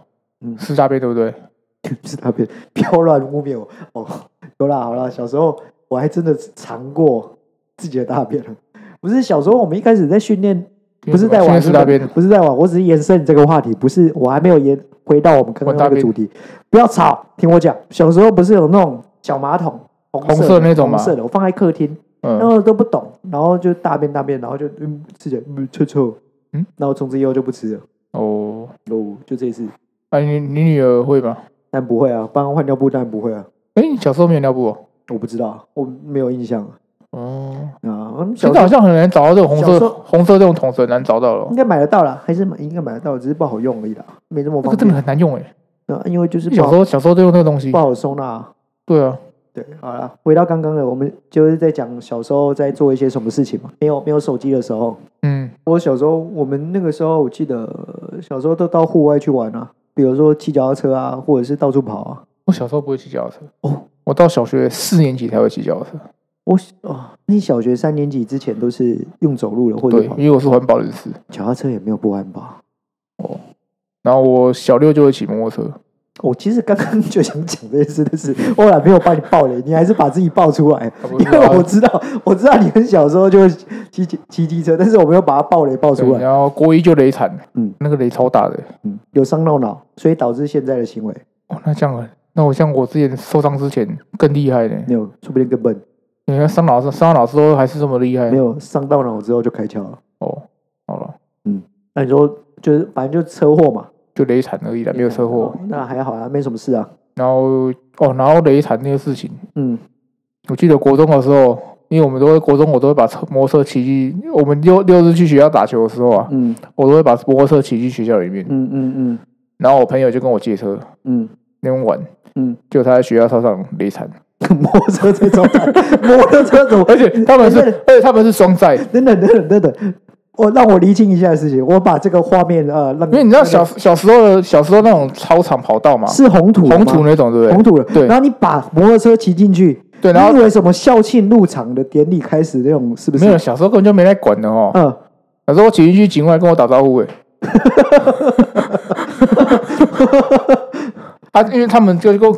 Speaker 1: 嗯
Speaker 2: 四大杯对不对？
Speaker 1: 是他别不要乱污蔑我哦。 有啦，好啦，小时候我还真的尝过自己的大便了。不是小时候我们一开始在训练，不是在
Speaker 2: 现
Speaker 1: 玩
Speaker 2: 四大杯，
Speaker 1: 不是在玩，我只是延伸这个话题，不是我还没有延回到我们刚刚那
Speaker 2: 我大
Speaker 1: 个
Speaker 2: 便
Speaker 1: 主题。不要吵，听我讲。小时候不是有那种小马桶，红
Speaker 2: 红
Speaker 1: 的
Speaker 2: 色那种吗
Speaker 1: 红色的，我放在客厅，然
Speaker 2: 嗯，
Speaker 1: 后都不懂，然后就大便大便，然后就嗯吃着嗯臭臭，
Speaker 2: 嗯，
Speaker 1: 然后从此以后就不吃了。
Speaker 2: 哦，
Speaker 1: 哦，就这一次，
Speaker 2: 啊，你你女儿会吗？
Speaker 1: 但不会啊，帮她换尿布当然不会啊。
Speaker 2: 哎，你小时候没有尿布哦？
Speaker 1: 我不知道，我没有印象啊。
Speaker 2: 哦，
Speaker 1: 嗯小
Speaker 2: 现
Speaker 1: 时候
Speaker 2: 在好像很难找到这种红
Speaker 1: 小时
Speaker 2: 色
Speaker 1: 候嗯
Speaker 2: 红色这种桶子，很难找到了
Speaker 1: 应。该买得到啦，还是买应该买得到，只是不好用而已啦，没这么
Speaker 2: 这
Speaker 1: 方
Speaker 2: 个真的
Speaker 1: 便。
Speaker 2: 很难用哎，
Speaker 1: 啊因为就是不
Speaker 2: 小时
Speaker 1: 好
Speaker 2: 候小时候都用那个东西
Speaker 1: 不。好收纳。
Speaker 2: 对啊，
Speaker 1: 对，好了，回到刚刚的，我们就是在讲小时候在做一些什么事情嘛。没有没有手机的时候，
Speaker 2: 嗯，
Speaker 1: 我小时候我们那个时候，我记得呃小时候都到户外去玩啊，比如说骑脚踏车啊，或者是到处跑啊。
Speaker 2: 我小时候不会骑脚踏车。
Speaker 1: 哦，
Speaker 2: 我到小学四年级才会骑脚踏车。
Speaker 1: 我哦，你小学三年级之前都是用走路的，或者
Speaker 2: 对，
Speaker 1: 跑
Speaker 2: 因为我是环保人士。
Speaker 1: 脚踏车也没有不安吧？
Speaker 2: 然后我小六就会骑摩托车。
Speaker 1: 我其实刚刚就想讲这件事，但是后来没有把你爆雷，你还是把自己爆出来。
Speaker 2: 不
Speaker 1: 因
Speaker 2: 是
Speaker 1: 为
Speaker 2: 啊
Speaker 1: 我知道，我知道你很小时候就骑骑骑机车，但是我没有把它爆雷爆出
Speaker 2: 对，
Speaker 1: 来，
Speaker 2: 然后国一就雷惨，
Speaker 1: 嗯
Speaker 2: 嗯，那个雷超大的。
Speaker 1: 嗯，有伤到脑，所以导致现在的行为，
Speaker 2: 哦，那这样很，那我像我之前受伤之前更厉害呢。
Speaker 1: 没有，说不定更笨，
Speaker 2: 你看伤老师，伤老师都还是这么厉害
Speaker 1: 没。有伤到脑之后就开窍了。
Speaker 2: 哦，好了，
Speaker 1: 那你说就是反正就车祸嘛，
Speaker 2: 就雷惨而已啦，没有车祸
Speaker 1: 哦。，那还好啊，没什么事啊。
Speaker 2: 然后哦，然后雷惨那个事情，
Speaker 1: 嗯，
Speaker 2: 我记得国中的时候，因为我们都会国中，我都会把车摩托车骑去，我们六六日去学校打球的时候啊，
Speaker 1: 嗯
Speaker 2: 我都会把摩托车骑去学校里面。
Speaker 1: 嗯嗯嗯
Speaker 2: 然后我朋友就跟我借车
Speaker 1: 嗯
Speaker 2: 那边玩，
Speaker 1: 嗯，
Speaker 2: 就他在学校操场雷惨，
Speaker 1: 摩托车这种， 摩托车怎么？
Speaker 2: 而且他们是
Speaker 1: 真，
Speaker 2: 而且他们是双载，因
Speaker 1: 等等等等等等，我让我厘清一下的事情，我把这个画面呃，让
Speaker 2: 为你知道小小时候的小时候那种操场跑道嘛，
Speaker 1: 是红土的吗
Speaker 2: 红土那种，对不对？
Speaker 1: 红土了，
Speaker 2: 对
Speaker 1: 然后你把摩托车骑进去，
Speaker 2: 对然后
Speaker 1: 你以为什么校庆入场的典礼开始那种是不是？
Speaker 2: 没有，小时候根本就没来管的哦。
Speaker 1: 嗯，
Speaker 2: 小时候我骑进去，警官跟我打招呼，哎，啊，因为他们就跟我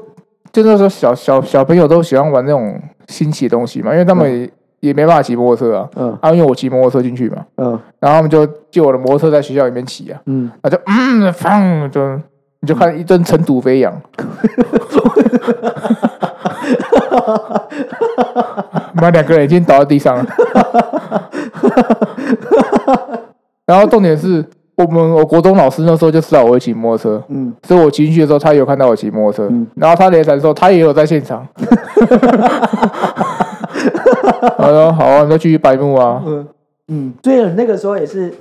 Speaker 2: 就那时候小小小朋友都喜欢玩那种新奇的东西嘛，因为他们也、也没办法骑摩托车啊，
Speaker 1: 嗯
Speaker 2: 啊，因为我骑摩托车进去嘛，
Speaker 1: 嗯
Speaker 2: 然后他们就借我的摩托车在学校里面骑啊，
Speaker 1: 嗯，
Speaker 2: 啊就嗯，放就你就看一阵尘土飞扬，妈，两个人已经倒在地上了。然后重点是我们我国中老师那时候就知道我会骑摩托车，
Speaker 1: 嗯，
Speaker 2: 所以我骑进去的时候，他有看到我骑摩托车，
Speaker 1: 嗯
Speaker 2: 然后他雷展的时候，他也有在现场。我说好啊，你就继续白目啊，
Speaker 1: 嗯嗯，所以那个时候也是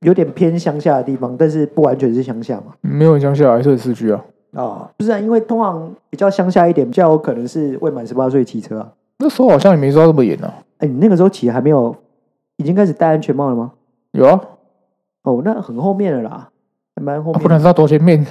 Speaker 1: 有点偏乡下的地方，但是不完全是乡下嘛。
Speaker 2: 没有很乡下，还是很市区啊。
Speaker 1: 啊，不是啊，因为通常比较乡下一点，比较有可能是未满十八岁骑车啊。
Speaker 2: 那时候好像也没抓这么严啊，
Speaker 1: 哎，你那个时候骑还没有，已经开始戴安全帽了吗？
Speaker 2: 有啊，
Speaker 1: 哦，那很后面了啦，还蛮后
Speaker 2: 啊
Speaker 1: 面
Speaker 2: 不
Speaker 1: 的。
Speaker 2: 然是他多前面。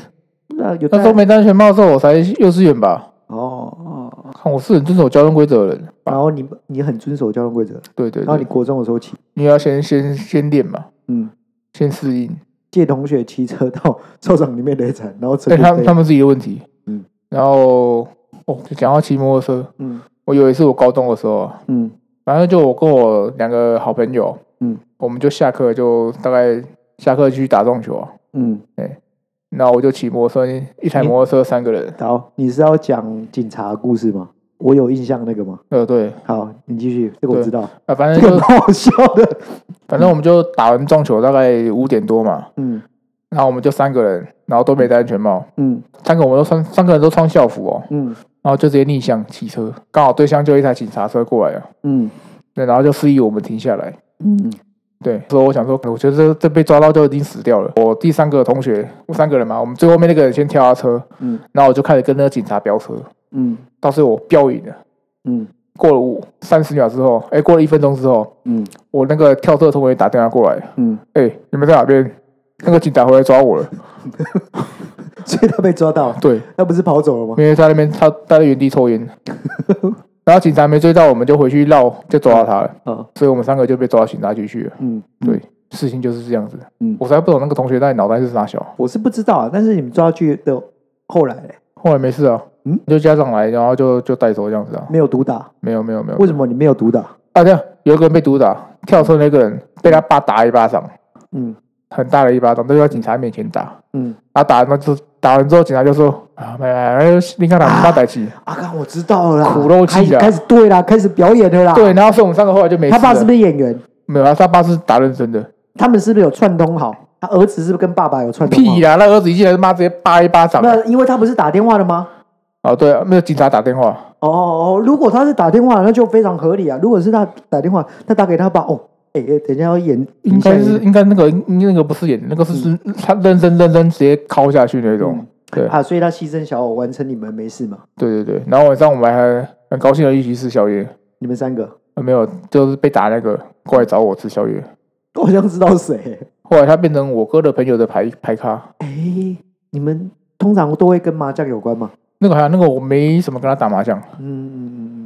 Speaker 1: 那有
Speaker 2: 那
Speaker 1: 戴
Speaker 2: 时候没戴安全帽的时候，我才幼稚园吧。
Speaker 1: 哦哦，
Speaker 2: 看我是很遵守交通规则的人，
Speaker 1: 然后你你很遵守交通规则，
Speaker 2: 对对
Speaker 1: 然后你
Speaker 2: 对，
Speaker 1: 国中的时候骑，
Speaker 2: 你要先先先练嘛，
Speaker 1: 嗯。
Speaker 2: 先适应。
Speaker 1: 借同学骑车到操场里面雷惨，然后车
Speaker 2: 对
Speaker 1: 就
Speaker 2: 哎他
Speaker 1: 飞
Speaker 2: 他们自己的问题。
Speaker 1: 嗯，
Speaker 2: 然后哦，就讲到骑摩托车，
Speaker 1: 嗯
Speaker 2: 我有一次我高中的时候啊，
Speaker 1: 嗯
Speaker 2: 反正就我跟我两个好朋友，
Speaker 1: 嗯，
Speaker 2: 我们就下课就大概下课去打撞球啊，
Speaker 1: 嗯，
Speaker 2: 那我就骑摩托车，一台
Speaker 1: 你
Speaker 2: 摩托车三个人，
Speaker 1: 好，你是要讲警察的故事吗？我有印象那个吗？
Speaker 2: 呃对，
Speaker 1: 好，你继续，这个我
Speaker 2: 对
Speaker 1: 知道，
Speaker 2: 啊反
Speaker 1: 这
Speaker 2: 正
Speaker 1: 个
Speaker 2: 就
Speaker 1: 蛮好笑的。
Speaker 2: 反正我们就打完撞球大概五点多嘛，
Speaker 1: 嗯
Speaker 2: 然后我们就三个人，然后都没戴安全帽，
Speaker 1: 嗯
Speaker 2: 三个我们都穿三个人都穿校服哦，
Speaker 1: 嗯
Speaker 2: 然后就直接逆向骑车，刚好对向就一台警察车过来了，哦
Speaker 1: 嗯
Speaker 2: 对，然后就示意我们停下来。
Speaker 1: 嗯
Speaker 2: 对，所以我想说，哎我觉得这这被抓到就已经死掉了。我第三个同学，我三个人嘛，我们最后面那个人先跳下车，
Speaker 1: 嗯
Speaker 2: 然后我就开始跟那个警察飙车，
Speaker 1: 嗯
Speaker 2: 到最后我飙赢了。
Speaker 1: 嗯
Speaker 2: 过了五三十秒之后，哎，过了一分钟之后，
Speaker 1: 嗯
Speaker 2: 我那个跳车的同学打电话过来，
Speaker 1: 嗯，
Speaker 2: 哎，你们在哪边？那个警察回来抓我了。
Speaker 1: 所以他被抓到了，
Speaker 2: 对，
Speaker 1: 他不是跑走了吗？
Speaker 2: 因为在那边他待在原地抽烟，然后警察没追到，我们就回去绕，就抓到他了，
Speaker 1: 哦，
Speaker 2: 所以我们三个就被抓到警察局去了。
Speaker 1: 嗯，嗯
Speaker 2: 对，事情就是这样子。
Speaker 1: 嗯
Speaker 2: 我才不懂那个同学到底脑袋是啥小。
Speaker 1: 我是不知道啊，但是你们抓去的后来嘞
Speaker 2: 后来没事啊，
Speaker 1: 嗯，
Speaker 2: 就家长来，然后就就带走这样子啊。
Speaker 1: 没有毒打，
Speaker 2: 没有没有没有
Speaker 1: 为，什么你没有毒打？
Speaker 2: 啊对啊，有一个人被毒打，跳车那个人被他爸打一巴掌，
Speaker 1: 嗯
Speaker 2: 很大的一巴掌，都在警察面前打。
Speaker 1: 嗯，
Speaker 2: 他打完之后，打完之后，警察就说：“啊，没没，你看他们大歹气。
Speaker 1: 阿刚我知道了啦，
Speaker 2: 苦肉计
Speaker 1: 开始
Speaker 2: 啊
Speaker 1: 开始对啦，开始表演了啦。”
Speaker 2: 对，，然后所以我们三个后来就没
Speaker 1: 他
Speaker 2: 事了。
Speaker 1: 爸是不是演员？
Speaker 2: 没有啊？他爸是打认真的。
Speaker 1: 他们是不是有串通好？他儿子是不是跟爸爸有串通好？
Speaker 2: 屁啦！那儿子一进来就妈直接扒一巴掌。
Speaker 1: 没有，因为他不是打电话的吗？
Speaker 2: 啊，对啊，没有警察打电话，
Speaker 1: 哦哦，哦如果他是打电话，那就非常合理啊。如果是他打电话，他打给他爸，哦，哎、哎等一下要演，
Speaker 2: 应该是
Speaker 1: 影
Speaker 2: 应该那个应那个不是演的，那个是是
Speaker 1: 嗯
Speaker 2: 他认真认真直接敲下去那种。对
Speaker 1: 响啊，所以他牺牲小我完成你们没事嘛？
Speaker 2: 对对对，然后晚上我们还很高兴的一起吃宵夜，
Speaker 1: 你们三个，
Speaker 2: 啊没有，就是被打那个过来找我吃宵夜。
Speaker 1: 我好像知道谁、
Speaker 2: 后来他变成我哥的朋友的牌牌咖，
Speaker 1: 哎、你们通常都会跟麻将有关嘛？
Speaker 2: 那个好像那个我没什么跟他打麻将，
Speaker 1: 嗯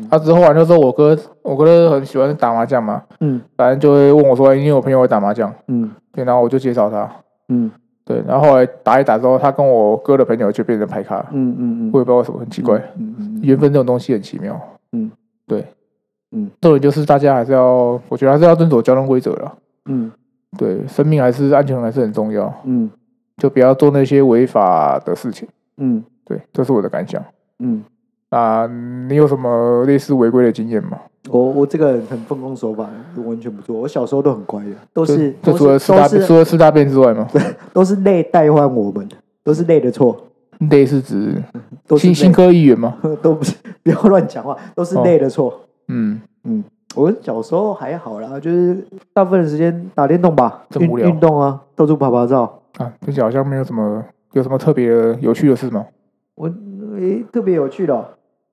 Speaker 1: 嗯
Speaker 2: 他之后啊那时候我哥我哥很喜欢打麻将嘛，
Speaker 1: 嗯
Speaker 2: 反正就会问我说，因为我朋友会打麻将，
Speaker 1: 嗯
Speaker 2: 对，然后我就介绍他，
Speaker 1: 嗯
Speaker 2: 对，然后后来打一打之后，他跟我哥的朋友就变成牌咖，
Speaker 1: 嗯嗯嗯，
Speaker 2: 我也不知道为什么，很奇怪，
Speaker 1: 嗯嗯嗯
Speaker 2: 缘分这种东西很奇妙。
Speaker 1: 嗯，
Speaker 2: 对，
Speaker 1: 嗯，
Speaker 2: 重点就是大家还是要，我觉得还是要遵守交通规则了。
Speaker 1: 嗯
Speaker 2: 对，生命还是安全还是很重要，
Speaker 1: 嗯
Speaker 2: 就不要做那些违法的事情。
Speaker 1: 嗯
Speaker 2: 对，这是我的感想。
Speaker 1: 嗯，
Speaker 2: 啊，你有什么类似违规的经验吗？
Speaker 1: 我我这个人很奉公守法，我完全不做。我小时候都很乖的，都
Speaker 2: 就是就
Speaker 1: 都
Speaker 2: 除
Speaker 1: 是
Speaker 2: 了吃
Speaker 1: 都
Speaker 2: 大
Speaker 1: 是
Speaker 2: 除了吃大便之外吗？
Speaker 1: 都是累带坏我们，都是累的错，
Speaker 2: 类似指
Speaker 1: 都是
Speaker 2: 新新
Speaker 1: 累
Speaker 2: 科议员吗？
Speaker 1: 都不是不要乱讲话，都是
Speaker 2: 哦
Speaker 1: 累的错。
Speaker 2: 嗯，
Speaker 1: 我小时候还好啦，就是大部分的时间打电动吧，
Speaker 2: 真
Speaker 1: 运
Speaker 2: 无聊
Speaker 1: 运动啊，到处爬爬照。
Speaker 2: 啊，听起来好像没有什么有什么特别的有趣的事吗？
Speaker 1: 我诶、特别有趣的哦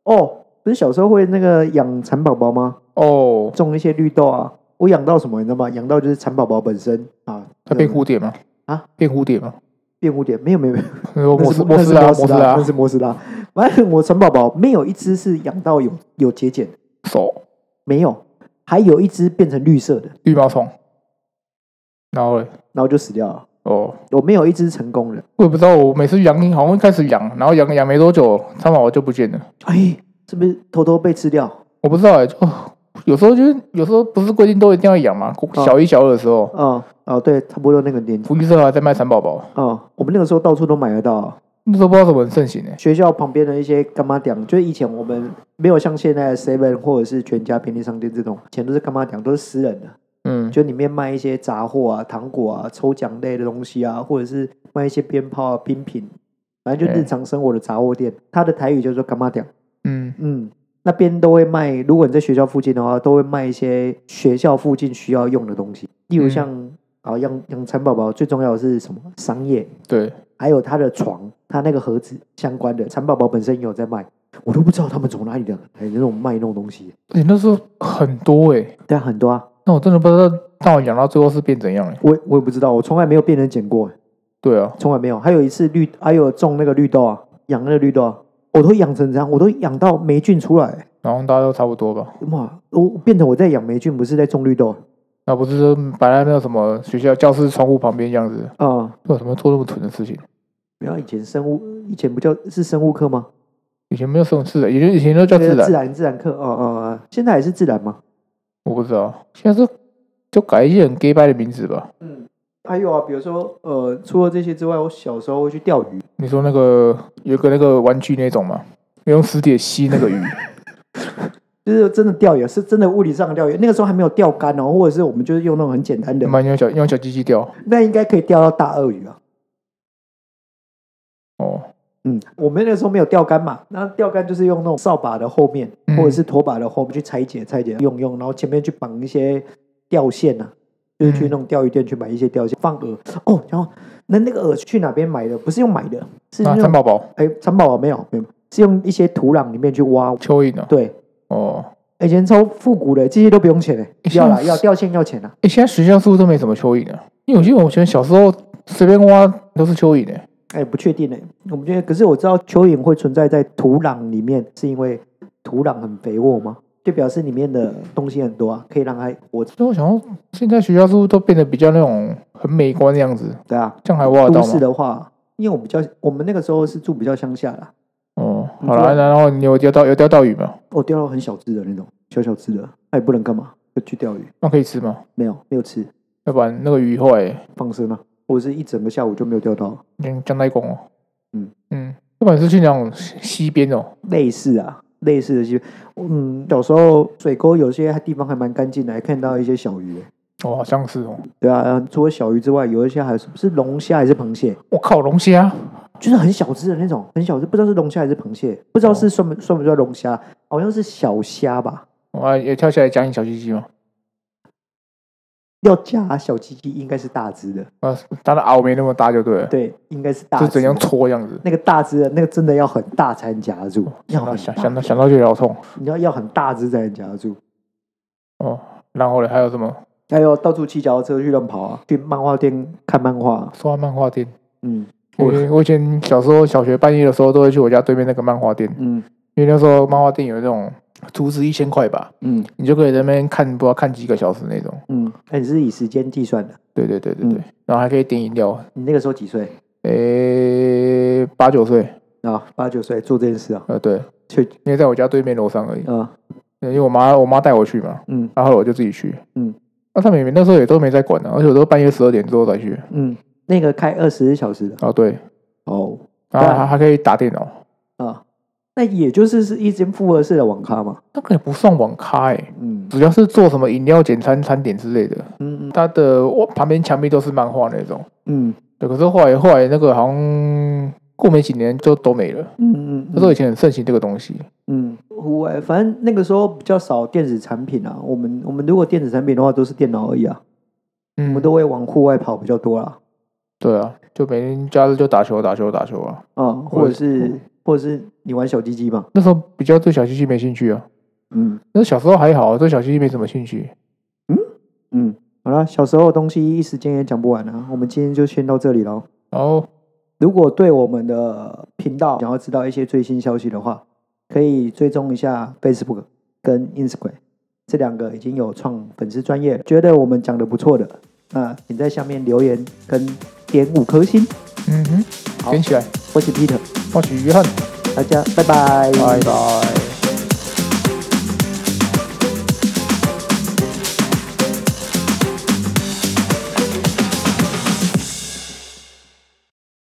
Speaker 1: 哦，不是小时候会那个养蚕宝宝吗？
Speaker 2: 哦，
Speaker 1: 种一些绿豆啊。我养到什么你知道吗？养到就是蚕宝宝本身啊，
Speaker 2: 它变蝴蝶吗？
Speaker 1: 啊，
Speaker 2: 变蝴蝶吗？
Speaker 1: 变蝴蝶，没有没有没有，
Speaker 2: 摩斯
Speaker 1: 那
Speaker 2: 摩
Speaker 1: 是
Speaker 2: 斯拉
Speaker 1: 那是
Speaker 2: 摩斯
Speaker 1: 那
Speaker 2: 拉
Speaker 1: 是摩斯拉。反正我蚕宝宝没有一只是养到有有节俭，
Speaker 2: 手
Speaker 1: 没有，还有一只变成绿色的，
Speaker 2: 绿毛虫，然后嘞，
Speaker 1: 然后就死掉了。
Speaker 2: 哦，
Speaker 1: 我没有一只成功的。
Speaker 2: 我也不知道，我每次养好像一开始养，然后养养没多久，它毛就不见了。
Speaker 1: 哎，是不是偷偷被吃掉？
Speaker 2: 我不知道哎、就有时候就是有时候不是规定都一定要养嘛，小一小二的时候，
Speaker 1: 哦哦，对，差不多那个年纪。
Speaker 2: 福利社还在卖蚕宝宝，
Speaker 1: 哦，我们那个时候到处都买得到啊，
Speaker 2: 那时候不知道怎么很盛行哎、
Speaker 1: 学校旁边的一些干妈店，就是以前我们没有像现在的 Seven 或者是全家便利商店这种，以前都是干妈店，都是私人的，
Speaker 2: 嗯，
Speaker 1: 就里面卖一些杂货啊、糖果啊、抽奖类的东西啊，或者是卖一些鞭炮啊、冰品，反正就
Speaker 2: 对
Speaker 1: 日常生活的杂货店。它的台语叫做干妈店，
Speaker 2: 嗯
Speaker 1: 嗯，那边都会卖，如果你在学校附近的话，都会卖一些学校附近需要用的东西，例如
Speaker 2: 嗯
Speaker 1: 像啊养养蚕宝宝，最重要的是什么？桑叶，
Speaker 2: 对，
Speaker 1: 还有它的床，它那个盒子相关的，蚕宝宝本身也有在卖，我都不知道他们从哪里的，哎，那种卖那种东西，
Speaker 2: 你、那时候很多哎、
Speaker 1: 对啊，很多啊，
Speaker 2: 那我真的不知道到底养到最后是变怎样哎、
Speaker 1: 我我也不知道，我从来没有被人捡过，
Speaker 2: 对啊，
Speaker 1: 从来没有。还有一次绿，还有种那个绿豆啊，养那个绿豆啊，我都养成这样，我都养到霉菌出来，
Speaker 2: 然后大家都差不多吧。
Speaker 1: 哇，我变成我在养霉菌，不是在种绿豆啊
Speaker 2: 那不是说摆在那个什么学校教室窗户旁边这样子，
Speaker 1: 啊。
Speaker 2: 为什么做那么蠢的事情？
Speaker 1: 没有以前生物，以前不叫是生物课吗？
Speaker 2: 以前没有这种自然，也啊就以前都叫自然啊
Speaker 1: 自，然自然课，哦哦哦，现在还是自然吗？
Speaker 2: 我不知道。现在是就改一些很 gay 拜的名字吧。
Speaker 1: 还有啊，比如说呃，除了这些之外，我小时候会去钓鱼，
Speaker 2: 你说那个有一个那个玩具那种嘛，用磁铁吸那 个鱼，
Speaker 1: 就是真的钓鱼，是真的物理上的钓鱼。那个时候还没有钓竿哦，或者是我们就是用那种很简单的
Speaker 2: 你，们用小用小鸡鸡钓。
Speaker 1: 那应该可以钓到大鳄鱼啊。
Speaker 2: 哦，
Speaker 1: 嗯，我们那个时候没有钓竿嘛，那钓竿就是用那种扫把的后面，
Speaker 2: 嗯
Speaker 1: 或者是拖把的后面去拆解、拆解用用，然后前面去绑一些钓线啊，就是去
Speaker 2: 嗯
Speaker 1: 那种钓鱼店去买一些钓线放饵。哦，然后那那个饵去哪边买的？不是用买的，是
Speaker 2: 那
Speaker 1: 那
Speaker 2: 蚕
Speaker 1: 种
Speaker 2: 宝宝、
Speaker 1: 哎，蚕宝宝没有没有，是用一些土壤里面去挖。
Speaker 2: 蚯蚓呢？
Speaker 1: 对，
Speaker 2: 哦，
Speaker 1: 以前超复古的，这些都不用钱的，
Speaker 2: 诶
Speaker 1: 要
Speaker 2: 像
Speaker 1: 啦
Speaker 2: 是
Speaker 1: 要钓线要钱啊啦。
Speaker 2: 哎，现在学校是不是都没什么蚯蚓了？因为我记得我以前小时候随便挖都是蚯蚓欸诶。
Speaker 1: 欸哎，不确定呢。我们觉得，可是我知道蚯蚓会存在在土壤里面，是因为土壤很肥沃吗？就表示里面的东西很多啊，可以让它活着，
Speaker 2: 所以我想说，现在学校是不是都变得比较那种很美观的样子？
Speaker 1: 对啊。
Speaker 2: 这样还挖得
Speaker 1: 都
Speaker 2: 到
Speaker 1: 市
Speaker 2: 吗？
Speaker 1: 的话，因为我们比较，我们那个时候是住比较乡下啦，
Speaker 2: 哦，
Speaker 1: 你
Speaker 2: 好
Speaker 1: 知
Speaker 2: 了，
Speaker 1: 道
Speaker 2: 然后你有钓到有钓到鱼没有？
Speaker 1: 我哦钓到很小只的那种，小小只的，那也不能干嘛，就去钓鱼，
Speaker 2: 那可以吃吗？
Speaker 1: 没有没有吃，
Speaker 2: 要不然那个鱼后来
Speaker 1: 放生啊，我是一整个下午就没有钓到，
Speaker 2: 嗯江太公哦。
Speaker 1: 嗯
Speaker 2: 嗯，要不然是去那种西西边哦。
Speaker 1: 类似啊，类似的就，嗯，有时候水沟有些地方还蛮干净的，还看到一些小鱼、欸，
Speaker 2: 哦，好像是哦。
Speaker 1: 对啊，呃除了小鱼之外，有一些还是是龙虾还是螃蟹，
Speaker 2: 我靠，龙虾！
Speaker 1: 就是很小只的那种，很小只，不知道是龙虾还是螃蟹，不
Speaker 2: 哦
Speaker 1: 知道是算不算不算龙虾，好像是小虾吧，
Speaker 2: 我还也跳下来夹你小鸡鸡吗？
Speaker 1: 要加小鸡鸡应该是大只的，
Speaker 2: 啊，它的螯没那么大就对了，
Speaker 1: 对，应该是大
Speaker 2: 就
Speaker 1: 只
Speaker 2: 怎
Speaker 1: 的
Speaker 2: 样搓这样子。
Speaker 1: 那个大只的，那个真的要很大才能夹得住，要
Speaker 2: 啊
Speaker 1: 很
Speaker 2: 想
Speaker 1: 大
Speaker 2: 想到想到就腰痛
Speaker 1: 你要要很大只才能夹得住。
Speaker 2: 哦。然后呢，还有什么
Speaker 1: 还有到处骑脚踏车去乱跑啊，去漫画店看漫画啊、
Speaker 2: 说到漫画店？
Speaker 1: 嗯
Speaker 2: 我我以前小时候小学半夜的时候，都会去我家对面那个漫画店，
Speaker 1: 嗯
Speaker 2: 因为那时候漫画店有那种图纸一千块吧，
Speaker 1: 嗯
Speaker 2: 你就可以在那边看，不知道看几个小时那种。
Speaker 1: 嗯，那、你是以时间计算的？
Speaker 2: 对对对对
Speaker 1: 嗯
Speaker 2: 对，然后还可以点饮料。
Speaker 1: 你那个时候几岁
Speaker 2: 诶，八九岁，
Speaker 1: 啊？八九岁做这件事啊？
Speaker 2: 呃，对，
Speaker 1: 去
Speaker 2: 因为在我家对面楼上而已，呃
Speaker 1: 啊
Speaker 2: 因为我妈我妈带我去嘛，
Speaker 1: 嗯
Speaker 2: 然后我就自己去。
Speaker 1: 嗯，
Speaker 2: 那、他们也没那时候也都没在管啊呢、而且我都半夜十二点之后才去。
Speaker 1: 嗯，那个开二十小时的
Speaker 2: 哦，对，
Speaker 1: 哦
Speaker 2: 然
Speaker 1: 对
Speaker 2: 后
Speaker 1: 啊
Speaker 2: 还还可以打电脑，
Speaker 1: 啊，那也就是是一间复合式的网咖嘛。
Speaker 2: 那个也不算网咖哎、
Speaker 1: 嗯
Speaker 2: 主要是做什么饮料、简餐、餐点之类的。
Speaker 1: 嗯
Speaker 2: 它的哇旁边墙壁都是漫画那种。
Speaker 1: 嗯
Speaker 2: 对，可是后来后来那个好像过没几年就都没了。
Speaker 1: 嗯嗯
Speaker 2: 那时候以前很盛行这个东西，
Speaker 1: 嗯，户外反正那个时候比较少电子产品啊。我们我们如果电子产品的话，都是电脑而已啊。我
Speaker 2: 嗯
Speaker 1: 们，都会往户外跑比较多啦，
Speaker 2: 对啊，就每天假日就打球、打球、打球啊。
Speaker 1: 啊、或者是
Speaker 2: 嗯
Speaker 1: 或者是你玩小鸡鸡嘛，
Speaker 2: 那时候比较对小西西没兴趣啊，
Speaker 1: 嗯
Speaker 2: 那小时候还好，啊对小西西没什么兴趣。
Speaker 1: 嗯，好啦，小时候的东西一时间也讲不完啊，我们今天就先到这里喽。
Speaker 2: 然后
Speaker 1: 如果对我们的频道想要知道一些最新消息的话，可以追踪一下 Facebook 跟 Instagram 这两个已经有创粉丝专业了，觉得我们讲的不错的，那请在下面留言跟点五颗星。
Speaker 2: 嗯哼，
Speaker 1: 好
Speaker 2: 捡起来，
Speaker 1: 我是 Peter，
Speaker 2: 我是约翰，
Speaker 1: 大家拜拜，
Speaker 2: 拜拜。